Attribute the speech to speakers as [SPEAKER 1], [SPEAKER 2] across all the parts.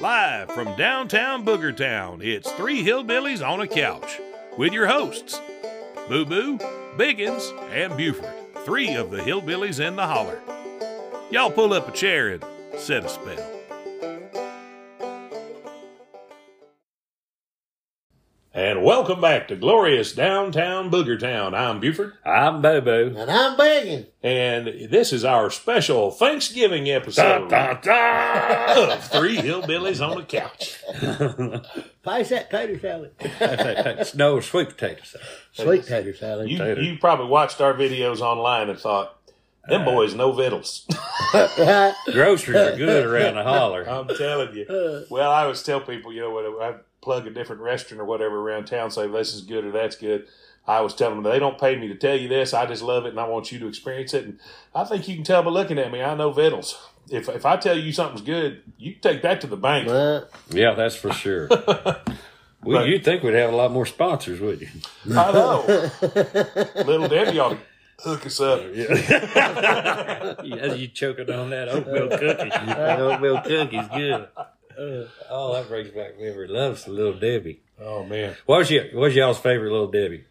[SPEAKER 1] Live from downtown Boogertown, it's Three Hillbillies on a Couch with your hosts, Boo Boo, Biggins, and Buford, three of the hillbillies in the holler. Y'all pull up a chair and set a spell. And welcome back to glorious downtown Boogertown. I'm Buford.
[SPEAKER 2] I'm Boo Boo.
[SPEAKER 3] And I'm begging.
[SPEAKER 1] And this is our special Thanksgiving episode of Three Hillbillies on the Couch.
[SPEAKER 3] Pass that tater salad.
[SPEAKER 2] no, sweet potato salad.
[SPEAKER 3] Sweet tater salad.
[SPEAKER 1] You,
[SPEAKER 2] Tater.
[SPEAKER 1] you probably watched our videos online and thought, them boys no victuals.
[SPEAKER 3] Right.
[SPEAKER 2] Groceries are good around the holler.
[SPEAKER 1] I'm telling
[SPEAKER 3] Uh,
[SPEAKER 1] you. Well, I always tell people, you know, when I plug a different restaurant or whatever around town, say this is good or that's good. I was telling them they don't pay me to tell you this. I just love it and I want you to experience it. And I think you can tell by looking at me. I know victuals. If if I tell you something's good, you can take that to the bank.
[SPEAKER 3] Well,
[SPEAKER 2] Yeah, that's for sure. Well,
[SPEAKER 1] Right.
[SPEAKER 2] you'd think we'd have a lot more sponsors, would you?
[SPEAKER 1] I know. Little Debbie ought to hook us up.
[SPEAKER 2] As you choking on that oatmeal cookie. that oatmeal cookie's good. Oh, that brings back memory. Loves the little Debbie.
[SPEAKER 1] Oh man.
[SPEAKER 2] What was your What was y'all's favorite little Debbie?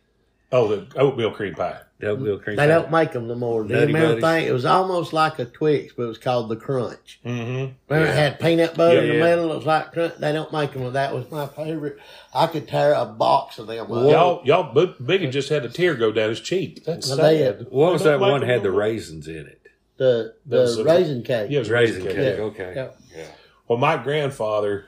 [SPEAKER 1] Oh, the oatmeal cream pie.
[SPEAKER 2] The oatmeal cream.
[SPEAKER 3] they don't
[SPEAKER 2] pie.
[SPEAKER 3] make them no more. Do you
[SPEAKER 2] Nutty
[SPEAKER 3] remember the
[SPEAKER 2] Buddies.
[SPEAKER 3] thing? It was almost like a Twix, but it was called the Crunch.
[SPEAKER 1] Mm-hmm.
[SPEAKER 3] Remember it had peanut butter
[SPEAKER 2] Yeah,
[SPEAKER 3] in the
[SPEAKER 2] yeah.
[SPEAKER 3] middle? It was like Crunch. They don't make them. That was my favorite. I could tear a box of them. up.
[SPEAKER 1] Y'all, y'all, Bo-
[SPEAKER 3] uh,
[SPEAKER 1] Biggie just had a tear go down his cheek. That's
[SPEAKER 3] Well,
[SPEAKER 1] sad.
[SPEAKER 3] they
[SPEAKER 2] What was
[SPEAKER 1] They
[SPEAKER 2] that
[SPEAKER 1] don't
[SPEAKER 2] one
[SPEAKER 1] make
[SPEAKER 2] had the
[SPEAKER 1] them.
[SPEAKER 2] raisins in it?
[SPEAKER 3] The,
[SPEAKER 1] Those
[SPEAKER 3] the
[SPEAKER 1] are-
[SPEAKER 3] raisin cake.
[SPEAKER 1] Yeah, it was
[SPEAKER 2] Raisin
[SPEAKER 1] cake.
[SPEAKER 2] cake.
[SPEAKER 3] Yeah.
[SPEAKER 2] Okay.
[SPEAKER 3] Yeah.
[SPEAKER 1] Well, my grandfather,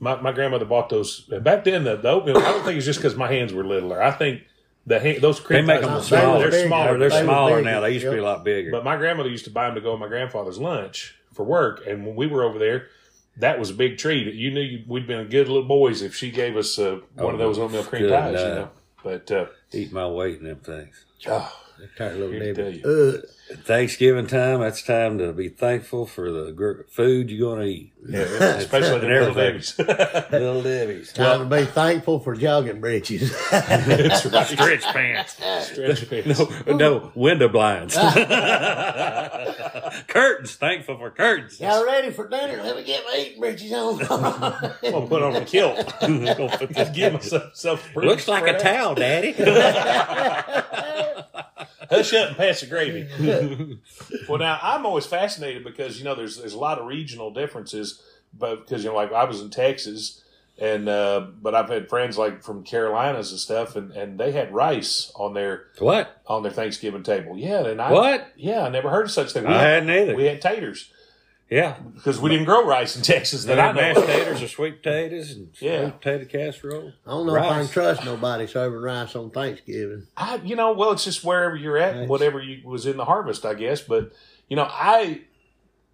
[SPEAKER 1] my, my grandmother bought those and back then. The, the oatmeal, I don't think it's just because my hands were littler. I think the hand, those
[SPEAKER 2] They
[SPEAKER 1] cream
[SPEAKER 2] make
[SPEAKER 1] pies-
[SPEAKER 2] them
[SPEAKER 3] They were
[SPEAKER 2] smaller.
[SPEAKER 1] They're
[SPEAKER 3] big.
[SPEAKER 1] smaller.
[SPEAKER 2] They're
[SPEAKER 3] They were
[SPEAKER 2] smaller
[SPEAKER 3] big.
[SPEAKER 2] now. They used to be a lot bigger.
[SPEAKER 1] But my grandmother used to buy them to go on my grandfather's lunch for work, and when we were over there, that was a big treat. You knew you- we'd been good little boys if she gave us uh, one of
[SPEAKER 2] Oh,
[SPEAKER 1] those oatmeal cream
[SPEAKER 2] good
[SPEAKER 1] pies, you
[SPEAKER 2] night.
[SPEAKER 1] know. But uh,
[SPEAKER 2] Eat my weight and them things.
[SPEAKER 3] I tear a little
[SPEAKER 1] Here,
[SPEAKER 3] Debbie. Ugh.
[SPEAKER 2] Thanksgiving time, that's time to be thankful for the gr- food you're going to eat.
[SPEAKER 1] especially the
[SPEAKER 2] And
[SPEAKER 1] little
[SPEAKER 2] everything.
[SPEAKER 1] babies.
[SPEAKER 2] Little Debbie's.
[SPEAKER 3] Time to be thankful for jogging britches.
[SPEAKER 1] That's right. Stretch pants. Stretch pants.
[SPEAKER 2] No, window blinds. curtains. Thankful for curtains.
[SPEAKER 3] Ah. Y'all ready for dinner? Let me get my eating britches on.
[SPEAKER 1] I'm gonna put on a kilt. Just give myself self.
[SPEAKER 2] Looks like a towel, Daddy.
[SPEAKER 1] Hush up and pass the gravy. well, now I'm always fascinated because you know there's there's a lot of regional differences, but because you know like I was in Texas, and uh, but I've had friends like from Carolinas and stuff, and, and they had rice on their
[SPEAKER 2] what?
[SPEAKER 1] on their Thanksgiving table. Yeah, and I
[SPEAKER 2] What?
[SPEAKER 1] Yeah, I never heard of such thing. We
[SPEAKER 2] I hadn't either.
[SPEAKER 1] We had taters
[SPEAKER 2] yeah.
[SPEAKER 1] because we didn't grow rice in Texas that I know.
[SPEAKER 2] mashed
[SPEAKER 1] of.
[SPEAKER 2] potatoes or sweet potatoes and
[SPEAKER 1] Yeah.
[SPEAKER 2] sweet potato casserole.
[SPEAKER 3] I don't know if I
[SPEAKER 2] Rice.
[SPEAKER 3] can trust nobody serving rice on Thanksgiving.
[SPEAKER 1] I, you know, well, it's just wherever you're at, and
[SPEAKER 3] Right.
[SPEAKER 1] whatever you was in the harvest, I guess. But you know, I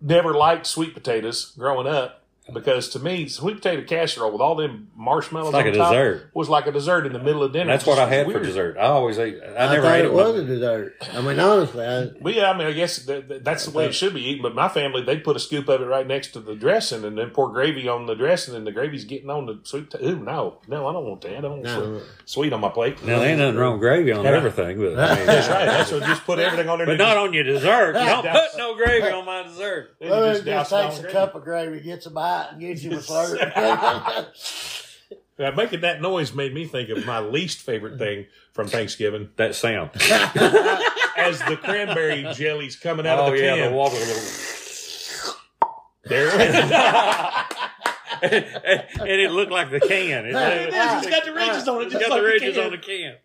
[SPEAKER 1] never liked sweet potatoes growing up because to me, sweet potato casserole with all them marshmallows
[SPEAKER 2] It's like
[SPEAKER 1] on
[SPEAKER 2] a
[SPEAKER 1] top
[SPEAKER 2] dessert.
[SPEAKER 1] was like a dessert in the middle of dinner.
[SPEAKER 2] And that's what I had for
[SPEAKER 1] Weird.
[SPEAKER 2] dessert. I always ate. I,
[SPEAKER 3] I,
[SPEAKER 2] never
[SPEAKER 3] thought
[SPEAKER 2] ate
[SPEAKER 3] it was a dessert. I mean, honestly, I,
[SPEAKER 1] But yeah, I mean, I guess that, that- that's the way it should be eaten. But my family, they put a scoop of it right next to the dressing, and then pour gravy on the dressing, and the gravy's getting on the sweet. potato. Ooh, no, no, I don't want that. I don't want
[SPEAKER 3] No.
[SPEAKER 1] sweet, sweet on my plate.
[SPEAKER 2] Now, there ain't nothing wrong with gravy on everything, but I mean,
[SPEAKER 1] That's right. That's what just put everything on there.
[SPEAKER 2] But
[SPEAKER 1] and
[SPEAKER 2] not on your dessert. You don't
[SPEAKER 1] Douse-
[SPEAKER 2] put no gravy on my dessert.
[SPEAKER 1] you
[SPEAKER 3] Well,
[SPEAKER 1] just
[SPEAKER 3] it just
[SPEAKER 1] douse it
[SPEAKER 3] takes
[SPEAKER 1] on
[SPEAKER 3] a
[SPEAKER 1] gravy.
[SPEAKER 3] cup of gravy, gets a bite, and gives you a slurp.
[SPEAKER 1] Yeah, making that noise made me think of my least favorite thing from Thanksgiving
[SPEAKER 2] That sound.
[SPEAKER 1] as the cranberry jellies coming out
[SPEAKER 2] Oh,
[SPEAKER 1] of the can.
[SPEAKER 2] water. and, and it looked like the can. It,
[SPEAKER 3] It is. It's
[SPEAKER 1] got the ridges on it.
[SPEAKER 2] it's got the ridges on the can.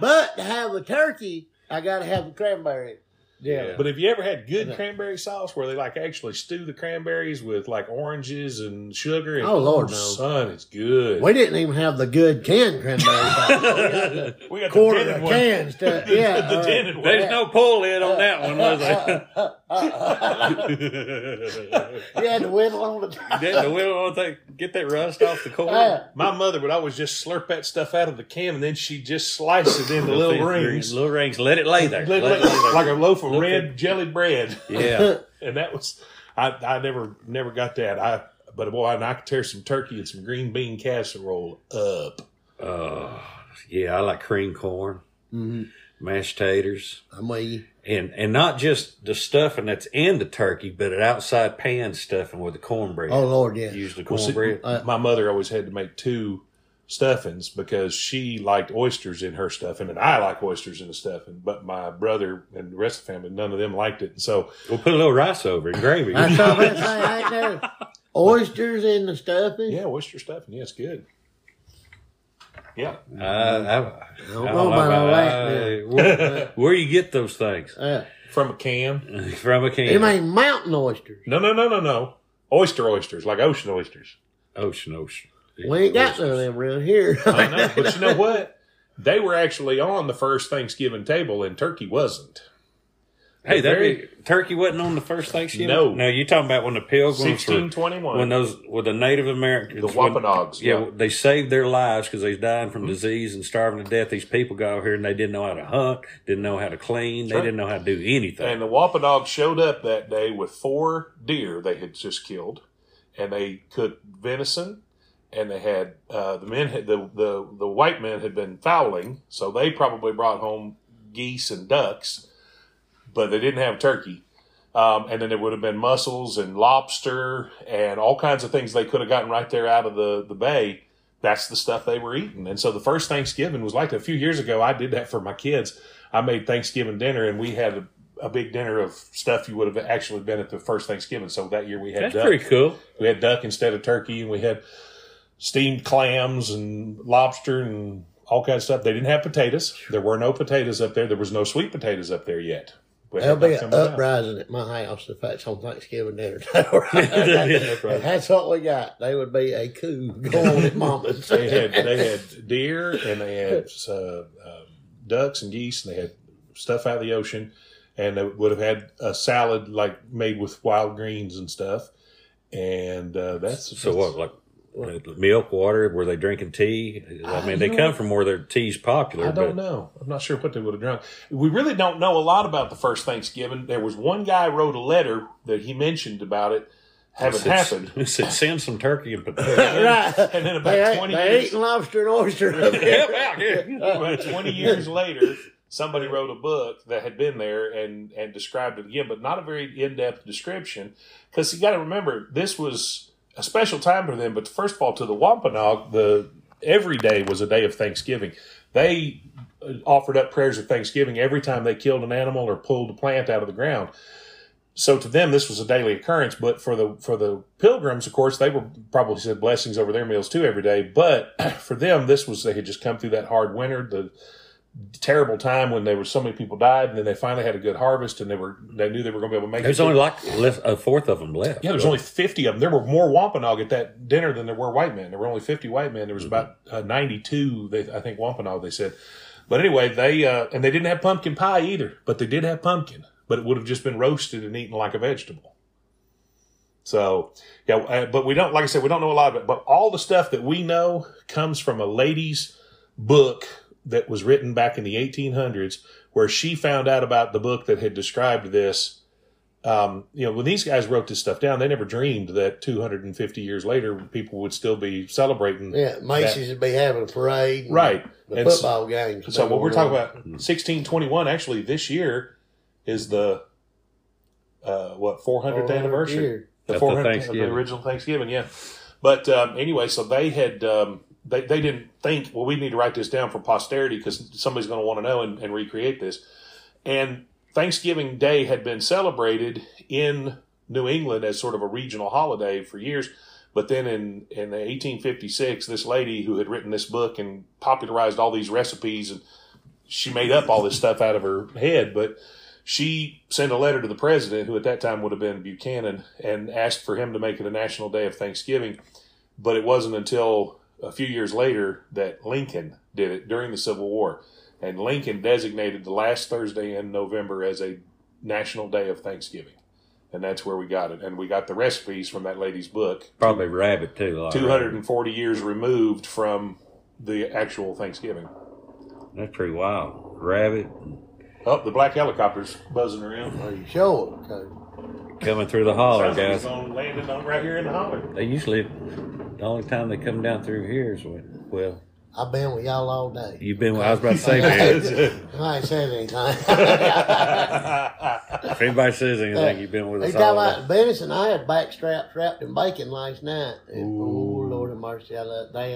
[SPEAKER 3] but to have a turkey, I got to have the cranberry.
[SPEAKER 2] Yeah.
[SPEAKER 1] But have you ever had good cranberry sauce where they like actually stew the cranberries with like oranges and sugar? And,
[SPEAKER 3] Oh, Lord, no.
[SPEAKER 1] son, it's good.
[SPEAKER 3] We didn't even have the good canned cranberry sauce. We got the
[SPEAKER 1] we got the
[SPEAKER 3] quarter
[SPEAKER 1] dented
[SPEAKER 3] of
[SPEAKER 1] one.
[SPEAKER 3] cans. To, yeah,
[SPEAKER 1] the
[SPEAKER 3] uh,
[SPEAKER 1] dented one.
[SPEAKER 2] There's no pull lid on that one, was there?
[SPEAKER 3] you had to whittle on the top.
[SPEAKER 2] Didn't the wheel want to get that rust off the corn?
[SPEAKER 3] Yeah.
[SPEAKER 1] My mother would always just slurp that stuff out of the can and then she'd just slice it into little rings.
[SPEAKER 2] Little rings. Let it lay there.
[SPEAKER 1] Like,
[SPEAKER 2] Let it lay
[SPEAKER 1] like a loaf of
[SPEAKER 2] Look
[SPEAKER 1] red jelly bread.
[SPEAKER 2] there.
[SPEAKER 1] and that was I, I never never got that. I but boy, and I could tear some turkey and some green bean casserole up.
[SPEAKER 2] Yeah. Uh, yeah, I like cream corn,
[SPEAKER 3] Mhm.
[SPEAKER 2] mashed taters,
[SPEAKER 3] I'm with you.
[SPEAKER 2] and and not just the stuffing that's in the turkey, but an outside pan stuffing with the cornbread.
[SPEAKER 3] Oh Lord, yeah.
[SPEAKER 2] Use the
[SPEAKER 1] Well, see,
[SPEAKER 2] cornbread.
[SPEAKER 3] Uh,
[SPEAKER 1] my mother always had to make two stuffings because she liked oysters in her stuffing, and I like oysters in the stuffing. But my brother and the rest of the family, none of them liked it. And so,
[SPEAKER 2] we'll put a little rice over it, gravy.
[SPEAKER 3] I saw that thing right there. Oysters in the stuffing.
[SPEAKER 1] yeah, oyster stuffing, yeah, it's good. Yeah,
[SPEAKER 2] Uh, I-
[SPEAKER 3] I
[SPEAKER 2] I
[SPEAKER 3] don't
[SPEAKER 2] don't
[SPEAKER 3] know
[SPEAKER 2] know
[SPEAKER 3] about all
[SPEAKER 2] about-
[SPEAKER 3] that.
[SPEAKER 2] uh, where, where you get those things
[SPEAKER 3] now. Uh,
[SPEAKER 1] from a can.
[SPEAKER 2] from a
[SPEAKER 3] you
[SPEAKER 2] can?
[SPEAKER 3] mean mountain oysters?
[SPEAKER 1] No, no, no, no, no. Oyster oysters, like ocean oysters.
[SPEAKER 2] ocean, ocean.
[SPEAKER 3] We ain't got none of them around here.
[SPEAKER 1] I know, but you know what? They were actually on the first Thanksgiving table, and turkey wasn't.
[SPEAKER 2] Hey, that
[SPEAKER 1] Very-
[SPEAKER 2] turkey wasn't on the first Thanksgiving.
[SPEAKER 1] No.
[SPEAKER 2] no, you talking about when the pilgrims were
[SPEAKER 1] Sixteen twenty
[SPEAKER 2] when
[SPEAKER 1] one.
[SPEAKER 2] those were the Native Americans,
[SPEAKER 1] The
[SPEAKER 2] when-
[SPEAKER 1] Wampanoags.
[SPEAKER 2] yeah, they saved their lives because they was dying
[SPEAKER 1] Mm-hmm.
[SPEAKER 2] from disease and starving to death. These people got over here and they didn't know how to hunt, didn't know how to clean, they
[SPEAKER 1] Sure.
[SPEAKER 2] didn't know how to do anything.
[SPEAKER 1] And the Wampanoag showed up that day with four deer they had just killed, and they cooked venison. And they had uh, the men had, the, the the white men had been fowling, so they probably brought home geese and ducks, but they didn't have turkey. Um, and then it would have been mussels and lobster and all kinds of things they could have gotten right there out of the, the bay. That's the stuff they were eating. And so the first Thanksgiving was like that. a few years ago. I did that for my kids. I made Thanksgiving dinner and we had a, a big dinner of stuff you would have actually been at the first Thanksgiving. So that year we had
[SPEAKER 2] That's
[SPEAKER 1] duck.
[SPEAKER 2] pretty cool.
[SPEAKER 1] We had duck instead of turkey, and we had steamed clams and lobster and all kinds of stuff. They didn't have potatoes. There were no potatoes up there. There was no sweet potatoes up there yet. We
[SPEAKER 3] There'll
[SPEAKER 1] had
[SPEAKER 3] be
[SPEAKER 1] that
[SPEAKER 3] an
[SPEAKER 1] coming up.
[SPEAKER 3] uprising at my house if that's on Thanksgiving dinner.
[SPEAKER 2] Yeah,
[SPEAKER 3] If
[SPEAKER 2] right.
[SPEAKER 3] that's what we got. They would be a coup going at Mama's.
[SPEAKER 1] They had they had deer and they had uh, um, ducks and geese and they had stuff out of the ocean, and they would have had a salad like made with wild greens and stuff. And uh, that's
[SPEAKER 2] So what, like uh, milk, water? Were they drinking tea? I
[SPEAKER 1] I
[SPEAKER 2] mean, they
[SPEAKER 1] don't-
[SPEAKER 2] come from where their tea's popular.
[SPEAKER 1] I don't
[SPEAKER 2] but
[SPEAKER 1] know. I'm not sure what they would have drunk. We really don't know a lot about the first Thanksgiving. There was one guy wrote a letter that he mentioned about it. Haven't
[SPEAKER 2] Said-
[SPEAKER 1] happened.
[SPEAKER 2] said, send some turkey and potatoes.
[SPEAKER 3] right.
[SPEAKER 1] And then about
[SPEAKER 3] they, ain't-
[SPEAKER 1] 20
[SPEAKER 3] they
[SPEAKER 1] years-
[SPEAKER 3] eating lobster and oyster up
[SPEAKER 2] Help
[SPEAKER 3] there.
[SPEAKER 2] out here.
[SPEAKER 1] About 20 years later, somebody wrote a book that had been there and and described it again, but not a very in depth description. Because you got to remember, this was a special time for them. But first of all, to the Wampanoag, the every day was a day of Thanksgiving. They uh, offered up prayers of Thanksgiving every time they killed an animal or pulled a plant out of the ground. So to them, this was a daily occurrence. But for the for the pilgrims, of course, they were probably said blessings over their meals too every day. But for them, this was they had just come through that hard winter, the terrible time when there were so many people died, and then they finally had a good harvest, and they were they knew they were going to be able to make.
[SPEAKER 2] There's
[SPEAKER 1] it
[SPEAKER 2] only like left, a fourth of them left.
[SPEAKER 1] yeah, there's only 50 of them. There were more Wampanoag at that dinner than there were white men. There were only 50 white men. There was about uh, 92, they, I think, Wampanoag, they said. But anyway, they, uh, and they didn't have pumpkin pie either, but they did have pumpkin, but it would have just been roasted and eaten like a vegetable. So, yeah, uh, but we don't, like I said, we don't know a lot of it, but all the stuff that we know comes from a lady's book that was written back in the 1800s where she found out about the book that had described this um, you know, when these guys wrote this stuff down, they never dreamed that 250 years later, people would still be celebrating.
[SPEAKER 3] Yeah, Macy's would be having a parade. and
[SPEAKER 1] Right.
[SPEAKER 3] The
[SPEAKER 1] And s-
[SPEAKER 3] football games. would
[SPEAKER 1] So,
[SPEAKER 3] be
[SPEAKER 1] what we're
[SPEAKER 3] going
[SPEAKER 1] talking
[SPEAKER 3] on.
[SPEAKER 1] about, 1621, actually, this year is the, uh, what, 400th
[SPEAKER 3] 400
[SPEAKER 1] anniversary?
[SPEAKER 3] year.
[SPEAKER 1] the
[SPEAKER 2] Of the
[SPEAKER 1] 400
[SPEAKER 2] Thanksgiving.
[SPEAKER 1] of the original Thanksgiving, yeah. But um, anyway, so they had um, they they didn't think well we need to write this down for posterity because somebody's going to want to know and, and recreate this. And Thanksgiving Day had been celebrated in New England as sort of a regional holiday for years. But then in, in 1856, this lady who had written this book and popularized all these recipes and she made up all this stuff out of her head, but she sent a letter to the president, who at that time would have been Buchanan, and asked for him to make it a national day of Thanksgiving. But it wasn't until a few years later that Lincoln did it during the Civil War. And Lincoln designated the last Thursday in November as a national day of Thanksgiving. And that's where we got it. And we got the recipes from that lady's book,
[SPEAKER 2] Probably rabbit too. a lot of
[SPEAKER 1] 240 years removed from the actual Thanksgiving.
[SPEAKER 2] rabbit. That's pretty wild. Rabbit
[SPEAKER 1] Oh, the black helicopter's buzzing around.
[SPEAKER 3] Well, you sure? 'cause
[SPEAKER 2] coming through the holler,
[SPEAKER 1] Sounds like it's
[SPEAKER 2] guys.
[SPEAKER 1] gonna land it on right here in the holler.
[SPEAKER 2] They usually, the only time they come down through here is when, well,
[SPEAKER 3] I've been with y'all all day.
[SPEAKER 2] You've been what I was about to say, man.
[SPEAKER 3] I ain't said anything.
[SPEAKER 2] if anybody says
[SPEAKER 1] Uh,
[SPEAKER 2] anything, you've been with
[SPEAKER 3] They
[SPEAKER 2] us
[SPEAKER 3] talk
[SPEAKER 2] all day.
[SPEAKER 3] about Venice and I had back straps wrapped in bacon last night. And, oh
[SPEAKER 2] Ooh.
[SPEAKER 3] Lord of mercy, I love, they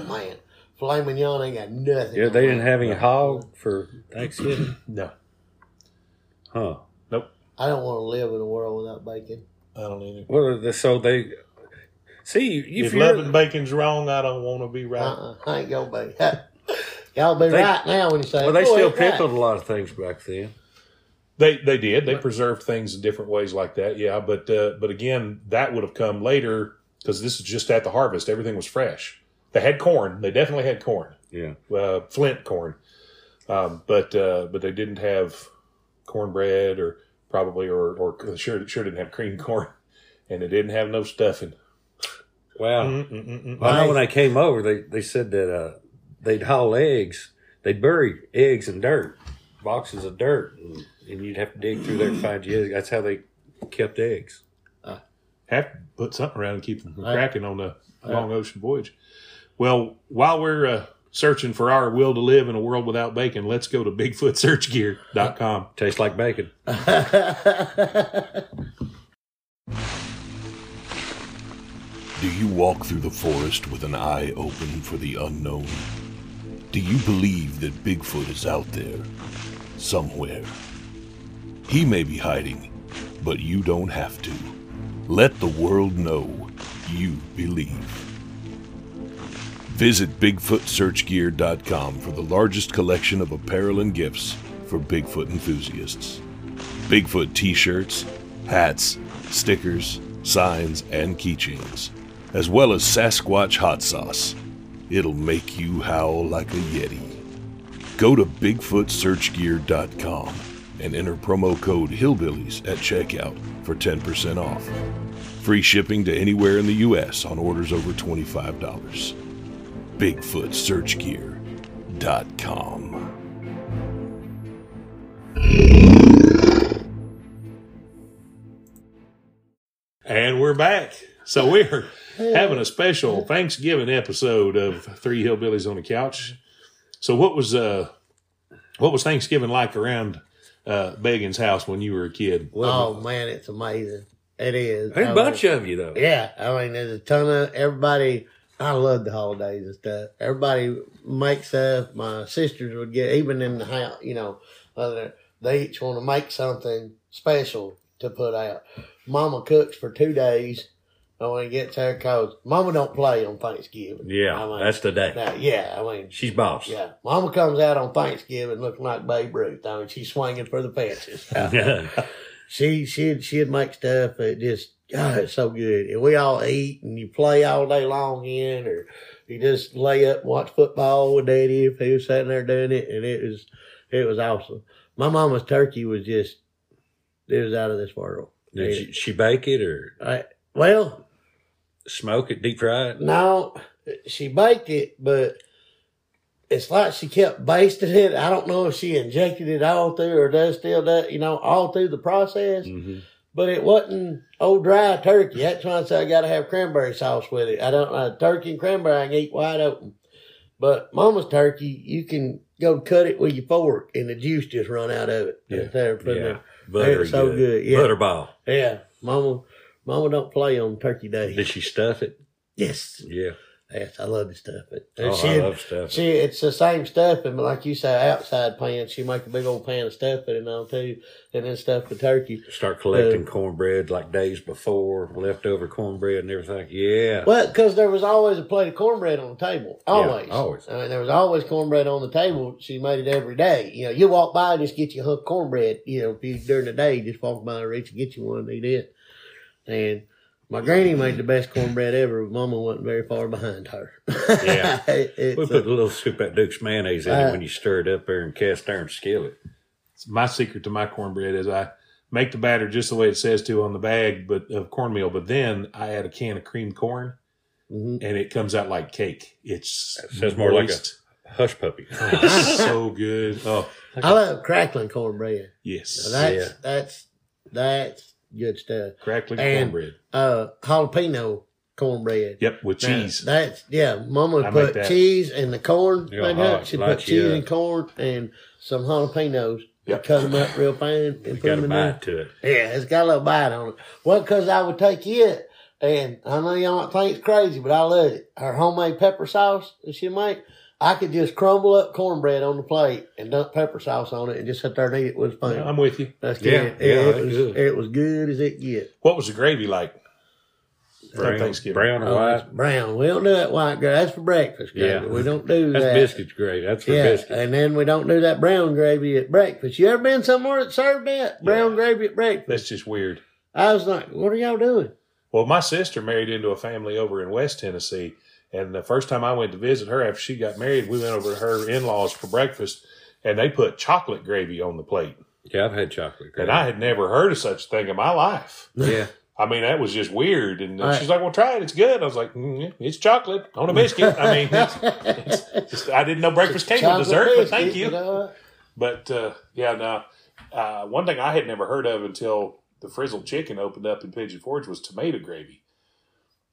[SPEAKER 3] ain't man. Filet mignon ain't got nothing.
[SPEAKER 2] Yeah,
[SPEAKER 3] on
[SPEAKER 2] they
[SPEAKER 3] it.
[SPEAKER 2] didn't have any hog for Thanksgiving,
[SPEAKER 1] No,
[SPEAKER 2] huh?
[SPEAKER 3] I don't want to live in a world without bacon.
[SPEAKER 1] I don't either.
[SPEAKER 2] Well, the- so they see if,
[SPEAKER 1] If
[SPEAKER 2] you're-
[SPEAKER 1] loving bacon's wrong, I don't want to be right.
[SPEAKER 2] Uh-huh.
[SPEAKER 3] Uh-uh, I ain't gonna be. Y'all be
[SPEAKER 2] They-
[SPEAKER 3] right now when you say.
[SPEAKER 2] Well, they
[SPEAKER 3] "Boy,
[SPEAKER 2] still
[SPEAKER 3] ain't right."
[SPEAKER 2] pickled a lot of things back then.
[SPEAKER 1] They they did. They preserved things in different ways like that. Yeah, but uh, but again, that would have come later because this is just at the harvest. Everything was fresh. They had corn. They definitely had corn,
[SPEAKER 2] Yeah,
[SPEAKER 1] uh, flint corn, um, but uh, but they didn't have cornbread or probably or or sure sure didn't have cream corn, and they didn't have no stuffing.
[SPEAKER 2] wow.
[SPEAKER 1] Mm, mm, mm, mm.
[SPEAKER 2] Uh-huh. I know when I came over, they they said that uh, they'd haul eggs, they'd bury eggs in dirt, boxes of dirt, and, and you'd have to dig through there to find your eggs. That's how they kept eggs.
[SPEAKER 1] have to put something around and keep them from
[SPEAKER 3] Right.
[SPEAKER 1] cracking on the
[SPEAKER 3] Right.
[SPEAKER 1] long ocean voyage. Well, while we're uh, searching for our will to live in a world without bacon, let's go to BigfootSearchGear.com.
[SPEAKER 2] Tastes like bacon.
[SPEAKER 4] Do you walk through the forest with an eye open for the unknown? Do you believe that Bigfoot is out there, somewhere? He may be hiding, but you don't have to. Let the world know you believe. Visit BigfootSearchGear.com for the largest collection of apparel and gifts for Bigfoot enthusiasts. Bigfoot t shirts, hats, stickers, signs, and keychains, as well as Sasquatch hot sauce. It'll make you howl like a Yeti. Go to BigfootSearchGear.com and enter promo code Hillbillies at checkout for 10% off. Free shipping to anywhere in the U.S. on orders over $25. BigfootSearchGear.com.
[SPEAKER 1] And we're back. So we're having a special Thanksgiving episode of Three Hillbillies on the Couch. So what was uh what was Thanksgiving like around uh Begin's house when you were a kid?
[SPEAKER 3] oh man, it's amazing. It is.
[SPEAKER 2] There's
[SPEAKER 3] I
[SPEAKER 2] a
[SPEAKER 3] mean-
[SPEAKER 2] bunch of you though.
[SPEAKER 3] Yeah, I mean, there's a ton of everybody. I love the holidays and stuff. Everybody makes stuff. My sisters would get even in the house. You know, whether they each want to make something special to put out. Mama cooks for two days, and when it gets there, cause Mama don't play on Thanksgiving.
[SPEAKER 2] Yeah,
[SPEAKER 3] I mean,
[SPEAKER 2] that's the day.
[SPEAKER 3] now, yeah. I mean,
[SPEAKER 2] She's boss.
[SPEAKER 3] yeah. Mama comes out on Thanksgiving looking like Babe Ruth. I mean, she's swinging for the fences she she'd she'd make stuff that just God, it's so good. And we all eat and you play all day long in or you just lay up and watch football with daddy if he was sitting there doing it and it was it was awesome. My mama's turkey was just it was out of this world.
[SPEAKER 2] Did she, she bake it or
[SPEAKER 3] I, well,
[SPEAKER 2] smoke it, deep fry it?
[SPEAKER 3] no, she baked it, but it's like she kept basting it. I don't know if she injected it all through or does still that, you know, all through the process.
[SPEAKER 2] Mhm.
[SPEAKER 3] But it wasn't old dry turkey. That's why I said I got to have cranberry sauce with it. I don't know. Turkey and cranberry I can eat wide open. But mama's turkey, you can go cut it with your fork and the juice just run out of it.
[SPEAKER 1] Yeah.
[SPEAKER 3] They're putting
[SPEAKER 2] Yeah,
[SPEAKER 3] it-
[SPEAKER 2] butter.
[SPEAKER 3] It's so good, yeah.
[SPEAKER 2] Butterball.
[SPEAKER 3] yeah. Mama, mama don't play on turkey day.
[SPEAKER 2] Did she stuff it?
[SPEAKER 3] yes.
[SPEAKER 2] Yeah.
[SPEAKER 3] Yes. I love this stuff. It,
[SPEAKER 2] Oh, I
[SPEAKER 3] she'd-
[SPEAKER 2] love stuff.
[SPEAKER 3] See, it's the same stuffing, but like you say, outside pan. She make a big old pan of stuffing and all too, and then stuff the turkey.
[SPEAKER 2] Start collecting
[SPEAKER 3] uh,
[SPEAKER 2] cornbread like days before, leftover cornbread and everything. Yeah.
[SPEAKER 3] Well, because there was always a plate of cornbread on the table, always,
[SPEAKER 2] always.
[SPEAKER 3] I mean, there was always cornbread on the table. She made it every day. You know, you walk by and just get you a hunk of cornbread. You know, if you during the day, just walk by and reach and get you one and eat it. And my granny made the best cornbread ever. but Mama wasn't very far behind her.
[SPEAKER 2] Yeah.
[SPEAKER 3] It- it's
[SPEAKER 2] We
[SPEAKER 3] a-
[SPEAKER 2] put a little soup at Duke's mayonnaise in
[SPEAKER 3] Uh,
[SPEAKER 2] it when you stir it up there in cast iron skillet.
[SPEAKER 1] My secret to my cornbread is I make the batter just the way it says to on the bag, but of cornmeal. But then I add a can of cream corn,
[SPEAKER 3] mhm.
[SPEAKER 1] and it comes out like cake. It's
[SPEAKER 2] It sounds more like a-
[SPEAKER 1] moist.
[SPEAKER 2] Hush puppy.
[SPEAKER 1] It's so good. Oh
[SPEAKER 3] I love crackling cornbread.
[SPEAKER 1] yes,
[SPEAKER 3] That's
[SPEAKER 2] Yeah.
[SPEAKER 3] that's that's good stuff.
[SPEAKER 1] crackling
[SPEAKER 3] And-
[SPEAKER 1] cornbread.
[SPEAKER 3] Uh, jalapeno cornbread.
[SPEAKER 1] Yep, with cheese.
[SPEAKER 3] That's yeah. Mama would
[SPEAKER 1] I make
[SPEAKER 3] put
[SPEAKER 1] that.
[SPEAKER 3] cheese and the corn.
[SPEAKER 2] You're gonna
[SPEAKER 3] made up.
[SPEAKER 2] hot-
[SPEAKER 3] She'd
[SPEAKER 2] light
[SPEAKER 3] put cheese
[SPEAKER 2] you up.
[SPEAKER 3] and corn and some jalapenos.
[SPEAKER 1] Yep.
[SPEAKER 3] Cut them up real fine and
[SPEAKER 2] You
[SPEAKER 3] put
[SPEAKER 2] got
[SPEAKER 3] them
[SPEAKER 2] a
[SPEAKER 3] in there.
[SPEAKER 2] bite to it.
[SPEAKER 3] Yeah, it's got a little bite on it. Well, because I would take it, and I know y'all don't think it's crazy, but I love it. Her homemade pepper sauce that she make, I could just crumble up cornbread on the plate and dump pepper sauce on it and just sit there and eat it with a spoon.
[SPEAKER 1] I'm with you.
[SPEAKER 3] That's
[SPEAKER 2] Yeah,
[SPEAKER 3] good.
[SPEAKER 2] yeah,
[SPEAKER 3] it,
[SPEAKER 2] that's
[SPEAKER 3] was,
[SPEAKER 2] good.
[SPEAKER 3] it was good as it get.
[SPEAKER 1] What was the gravy like?
[SPEAKER 2] Brown,
[SPEAKER 1] Thanksgiving.
[SPEAKER 2] brown or
[SPEAKER 3] Oh,
[SPEAKER 2] white.
[SPEAKER 3] it's brown. We don't do that white gravy. That's for breakfast gravy.
[SPEAKER 2] Yeah.
[SPEAKER 3] We don't do
[SPEAKER 2] That's
[SPEAKER 3] that.
[SPEAKER 2] biscuits gravy. That's for
[SPEAKER 3] Yeah,
[SPEAKER 2] biscuits.
[SPEAKER 3] and then we don't do that brown gravy at breakfast. You ever been somewhere that served that brown
[SPEAKER 1] Yeah.
[SPEAKER 3] gravy at breakfast?
[SPEAKER 1] That's just weird.
[SPEAKER 3] I was like, "What are y'all doing?"
[SPEAKER 1] Well, my sister married into a family over in West Tennessee. And the first time I went to visit her after she got married, we went over to her in laws for breakfast and they put chocolate gravy on the plate.
[SPEAKER 2] Yeah, I've had chocolate
[SPEAKER 1] And
[SPEAKER 2] gravy.
[SPEAKER 1] I had never heard of such a thing in my life.
[SPEAKER 2] yeah.
[SPEAKER 1] I mean, that was just weird. And
[SPEAKER 3] Right.
[SPEAKER 1] she's like, well, try it. It's good. I was like, mm, yeah, it's chocolate on a biscuit. I mean, it's, it's just, I didn't know breakfast came with
[SPEAKER 3] Chocolate
[SPEAKER 1] dessert, but
[SPEAKER 3] biscuit,
[SPEAKER 1] thank you.
[SPEAKER 3] know?
[SPEAKER 1] But uh, yeah, now uh, one thing I had never heard of until the frizzled chicken opened up in Pigeon Forge was tomato gravy,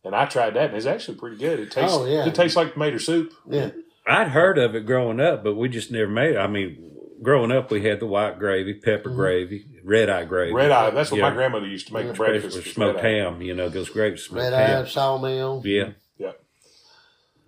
[SPEAKER 1] and I tried that, and it's actually pretty good. It tastes
[SPEAKER 3] Oh, yeah.
[SPEAKER 1] it tastes like tomato soup.
[SPEAKER 3] Yeah.
[SPEAKER 2] I'd heard of it growing up, but we just never made it. I mean, growing up, we had the white gravy, pepper gravy, red eye gravy.
[SPEAKER 1] Mm-hmm. Red eye. That's what
[SPEAKER 2] Yeah.
[SPEAKER 1] my grandmother used to make
[SPEAKER 3] Yeah.
[SPEAKER 1] for breakfast.
[SPEAKER 2] with
[SPEAKER 1] was
[SPEAKER 2] smoked
[SPEAKER 1] red eye.
[SPEAKER 2] ham, you know, goes great with smoked
[SPEAKER 3] Red
[SPEAKER 2] ham.
[SPEAKER 3] eye, sawmill.
[SPEAKER 2] Yeah.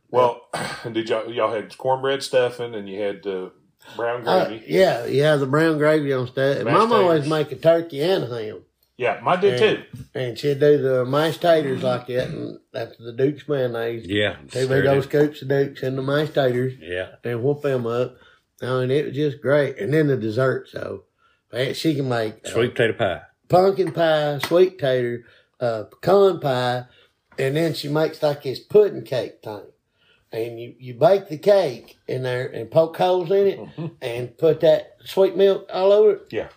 [SPEAKER 1] Well, and did y'all y'all had cornbread stuffing, and you had uh, brown
[SPEAKER 3] Uh,
[SPEAKER 1] gravy.
[SPEAKER 3] yeah, yeah, the brown gravy on stuff. And
[SPEAKER 1] Mashed
[SPEAKER 3] Mama always
[SPEAKER 1] taters.
[SPEAKER 3] make a turkey and ham.
[SPEAKER 1] yeah, mine did
[SPEAKER 3] Yeah.
[SPEAKER 1] too.
[SPEAKER 3] And she'd do the mashed taters like that, and that's the Duke's mayonnaise.
[SPEAKER 2] Yeah.
[SPEAKER 3] Two
[SPEAKER 2] Stirred
[SPEAKER 3] big old
[SPEAKER 2] it.
[SPEAKER 3] scoops of Duke's and the mashed taters,
[SPEAKER 2] Yeah.
[SPEAKER 3] and whoop them up. Oh, and it was just great. And then the dessert, so man, she can make uh,
[SPEAKER 2] Sweet potato pie.
[SPEAKER 3] pumpkin pie, sweet tater, uh, pecan pie, and then she makes like this pudding cake thing. And you, you bake the cake in there and poke holes in it and put that sweet milk all over it.
[SPEAKER 1] Mm-hmm. Yeah.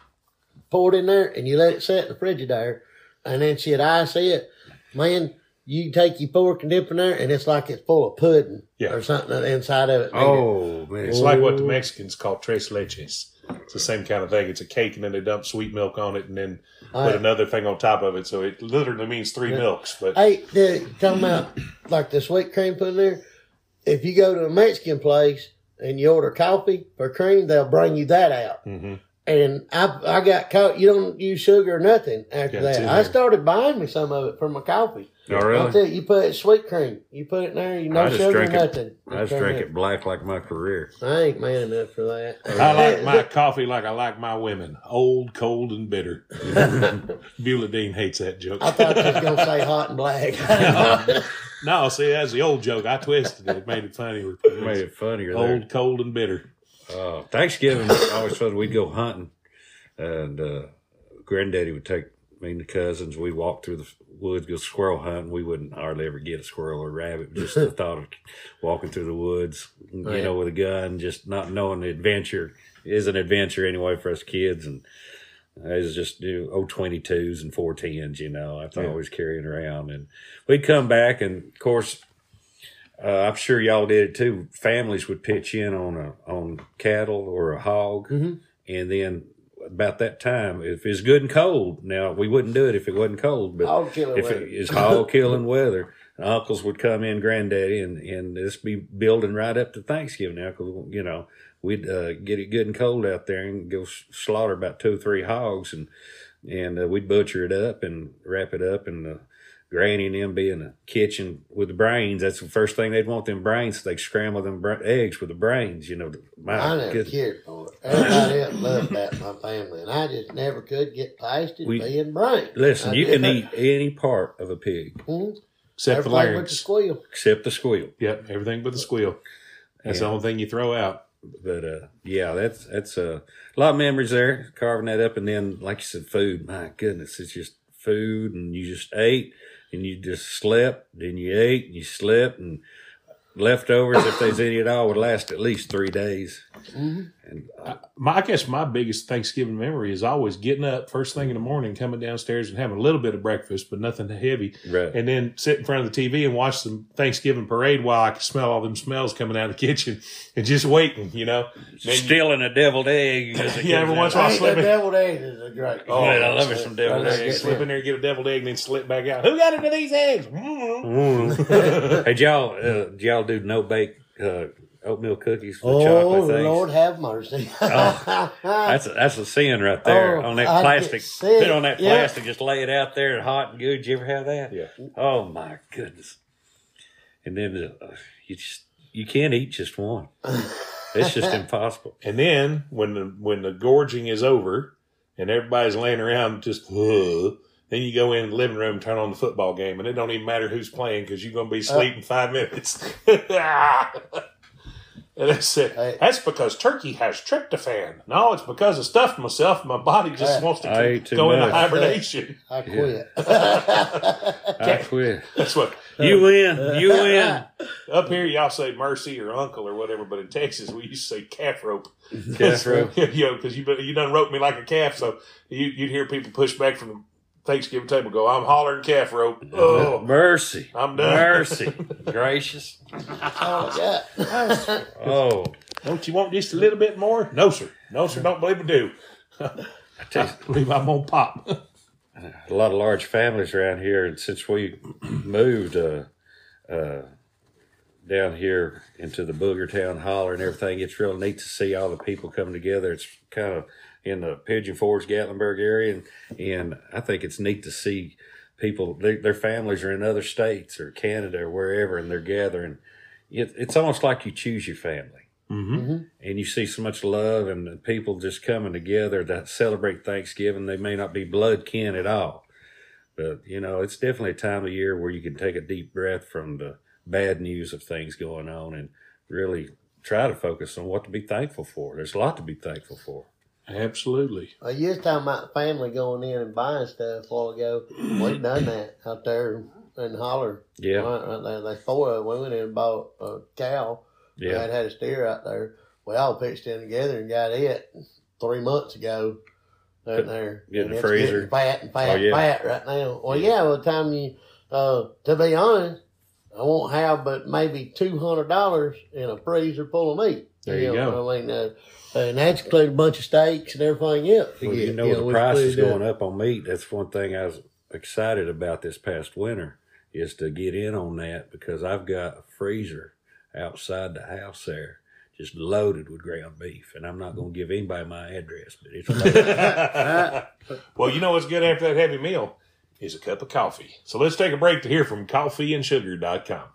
[SPEAKER 3] Pour it in there and you let it set in the frigidaire. And then she'd ice it. Man, you take your fork and dip in there and it's like it's full of pudding
[SPEAKER 1] Yeah.
[SPEAKER 3] or something on the inside of it.
[SPEAKER 2] Oh, man.
[SPEAKER 1] It's like what the Mexicans call tres leches. It's the same kind of thing. It's a cake, and then they dump sweet milk on it, and then
[SPEAKER 3] All
[SPEAKER 1] put
[SPEAKER 3] right.
[SPEAKER 1] another thing on top of it. So it literally means three milks. But
[SPEAKER 3] Hey, the, talking about like the sweet cream put in there. If you go to a Mexican place and you order coffee for cream, they'll bring you that out.
[SPEAKER 1] Mhm.
[SPEAKER 3] And I I got caught. You don't use sugar or nothing after
[SPEAKER 1] Yeah, it's
[SPEAKER 3] that.
[SPEAKER 1] in
[SPEAKER 3] I
[SPEAKER 1] there.
[SPEAKER 3] started buying me some of it for my coffee.
[SPEAKER 2] Oh,
[SPEAKER 3] I'll
[SPEAKER 2] really?
[SPEAKER 3] tell you, you put it sweet cream. You put it in there. You
[SPEAKER 2] I
[SPEAKER 3] no
[SPEAKER 2] just
[SPEAKER 3] sugar or
[SPEAKER 2] drink it.
[SPEAKER 3] nothing.
[SPEAKER 2] I just drank it black like my career.
[SPEAKER 3] I ain't man enough for that.
[SPEAKER 1] I like my coffee like I like my women, old, cold, and bitter. Beulah Dean hates that joke.
[SPEAKER 3] I thought you was gonna say hot and black.
[SPEAKER 1] no, see, that's the old joke. I twisted it, made it funny. With
[SPEAKER 2] Made it funnier there.
[SPEAKER 1] old, cold, and bitter.
[SPEAKER 2] Uh, Thanksgiving, I always felt we'd go hunting, and uh, Granddaddy would take me and the cousins. We'd walk through the woods, go squirrel hunting. We wouldn't hardly ever get a squirrel or rabbit. Just the thought of walking through the woods, you
[SPEAKER 3] Right.
[SPEAKER 2] know, with a gun, just not knowing the adventure is an adventure anyway for us kids. And it was just you know, 022s and 410s, you know, I thought
[SPEAKER 1] Yeah.
[SPEAKER 2] always carrying around. And we'd come back, and of course, uh, I'm sure y'all did it too. Families would pitch in on a on cattle or a hog,
[SPEAKER 3] Mhm.
[SPEAKER 2] and then about that time, if it's good and cold, now we wouldn't do it if it wasn't cold, but
[SPEAKER 3] I'll kill it
[SPEAKER 2] if
[SPEAKER 3] with
[SPEAKER 2] it
[SPEAKER 3] it.
[SPEAKER 2] is hog killing weather, uncles would come in, granddaddy, and and this be building right up to Thanksgiving. Now, 'cause, you know, we'd uh, get it good and cold out there and go s- slaughter about two or three hogs, and and uh, we'd butcher it up and wrap it up, and uh, Granny and them be in the kitchen with the brains. That's the first thing they'd want them brains. They scramble them br- eggs with the brains. You know, my
[SPEAKER 3] I never
[SPEAKER 2] goodness.
[SPEAKER 3] cared for it. Everybody else loved that in my family, and I just never could get past it
[SPEAKER 2] We-
[SPEAKER 3] being brain.
[SPEAKER 2] Listen,
[SPEAKER 3] I
[SPEAKER 2] you
[SPEAKER 3] did
[SPEAKER 2] can
[SPEAKER 3] that.
[SPEAKER 2] eat any part of a pig
[SPEAKER 3] Mhm.
[SPEAKER 1] Except for
[SPEAKER 3] Everything with the
[SPEAKER 1] larynx.
[SPEAKER 3] squeal.
[SPEAKER 2] except the squeal.
[SPEAKER 1] Yep, everything but the squeal. That's
[SPEAKER 2] Yeah.
[SPEAKER 1] the only thing you throw out.
[SPEAKER 2] but uh, yeah, that's that's uh, a lot of memories there. Carving that up, and then like you said, food. My goodness, it's just food, and you just ate, and you just slept, then you ate, and you slept, and leftovers, if there's any at all, would last at least three days.
[SPEAKER 3] Mhm.
[SPEAKER 2] And uh,
[SPEAKER 1] I, my, I guess my biggest Thanksgiving memory is always getting up first thing in the morning, coming downstairs and having a little bit of breakfast, but nothing heavy.
[SPEAKER 2] Right.
[SPEAKER 1] And then sit in front of the TV and watch the Thanksgiving parade while I could smell all them smells coming out of the kitchen and just waiting, you know. Then-
[SPEAKER 2] stealing a deviled egg. as it
[SPEAKER 1] Yeah,
[SPEAKER 2] comes
[SPEAKER 1] every once
[SPEAKER 2] out.
[SPEAKER 1] in a while.
[SPEAKER 3] I think the
[SPEAKER 1] slipping.
[SPEAKER 3] deviled eggs is a great.
[SPEAKER 1] Oh,
[SPEAKER 2] Man, I love me some deviled
[SPEAKER 1] Yeah,
[SPEAKER 2] eggs.
[SPEAKER 1] slip in there and get a deviled egg and then slip back out. Who got into these eggs? Mm.
[SPEAKER 2] Mm. hey, did y'all, uh, did y'all do no bake uh, oatmeal cookies with
[SPEAKER 3] Oh
[SPEAKER 2] chocolate things?
[SPEAKER 3] Lord, have mercy.
[SPEAKER 2] Oh, That's a, that's a sin right there
[SPEAKER 3] Oh,
[SPEAKER 2] on that
[SPEAKER 3] I'd get
[SPEAKER 2] plastic.
[SPEAKER 3] sick.
[SPEAKER 2] Sit on that
[SPEAKER 3] Yeah.
[SPEAKER 2] plastic, just lay it out there and hot and good. Did you ever have that?
[SPEAKER 1] Yeah.
[SPEAKER 2] Oh my goodness. And then uh, you just you can't eat just one. It's just impossible.
[SPEAKER 1] And then when the when the gorging is over and everybody's laying around just "Ugh," then you go in the living room, turn on the football game, and it don't even matter who's playing because you're gonna
[SPEAKER 3] Uh.
[SPEAKER 1] be asleep in five minutes. and that's it.
[SPEAKER 3] Hey.
[SPEAKER 1] That's because turkey has tryptophan. No, it's because I stuffed myself. My body just
[SPEAKER 3] Hey.
[SPEAKER 1] wants to
[SPEAKER 2] I ate too
[SPEAKER 1] go into
[SPEAKER 2] much.
[SPEAKER 1] hibernation.
[SPEAKER 3] I quit.
[SPEAKER 2] I quit.
[SPEAKER 1] That's what
[SPEAKER 2] You win. You win.
[SPEAKER 1] up here y'all say mercy or uncle or whatever, but in Texas we used to say calf rope.
[SPEAKER 2] Calf rope.
[SPEAKER 1] you know, because you been- you done roped me like a calf. So you, you'd hear people push back from the Thanksgiving table, go, "I'm hollering calf rope."
[SPEAKER 2] Uh-huh.
[SPEAKER 1] Oh,
[SPEAKER 2] Mercy.
[SPEAKER 1] I'm done.
[SPEAKER 2] Mercy. Gracious.
[SPEAKER 3] Oh, yeah.
[SPEAKER 2] Oh,
[SPEAKER 1] don't you want just a little bit more? No, sir. No, sir. Don't believe I do.
[SPEAKER 2] I tell you,
[SPEAKER 1] Believe I'm on pop.
[SPEAKER 2] a lot of large families around here, and since we moved uh, uh, down here into the Booger Town Holler and everything, it's real neat to see all the people come together. It's kind of in the Pigeon Forge, Gatlinburg area, and, and I think it's neat to see people. Their, their families are in other states or Canada or wherever, and they're gathering. It, it's almost like you choose your family
[SPEAKER 1] Mm-hmm.
[SPEAKER 2] and you see so much love and the people just coming together to celebrate Thanksgiving. They may not be blood kin at all, but you know, it's definitely a time of year where you can take a deep breath from the bad news of things going on and really try to focus on what to be thankful for. There's a lot to be thankful for.
[SPEAKER 1] Absolutely.
[SPEAKER 3] Well, you was talking about family going in and buying stuff a while ago. We've done that out there in Holler.
[SPEAKER 2] Yeah.
[SPEAKER 3] Right, right there. They four of us, we went in and bought a cow.
[SPEAKER 2] Yeah.
[SPEAKER 3] Dad had a steer out there. We all pitched in together and got it three months ago. Right
[SPEAKER 2] Put-
[SPEAKER 3] there.
[SPEAKER 2] get in
[SPEAKER 3] And
[SPEAKER 2] the
[SPEAKER 3] it's
[SPEAKER 2] freezer.
[SPEAKER 3] getting Fat and fat
[SPEAKER 2] Oh,
[SPEAKER 3] and
[SPEAKER 2] yeah.
[SPEAKER 3] fat right now. Well,
[SPEAKER 2] Yeah.
[SPEAKER 3] yeah, by the time you, uh, to be honest, I won't have but maybe $200 in a freezer full of meat.
[SPEAKER 1] There you
[SPEAKER 3] know, I mean, uh, and that's including a bunch of steaks and everything else.
[SPEAKER 2] Well, you know, the price is going up on meat. That's one thing I was excited about this past winter is to get in on that because I've got a freezer outside the house there just loaded with ground beef, and I'm not going to give anybody my address, but it's loaded.
[SPEAKER 1] well, you know what's good after that heavy meal is a cup of coffee. So let's take a break to hear from coffeeandsugar.com.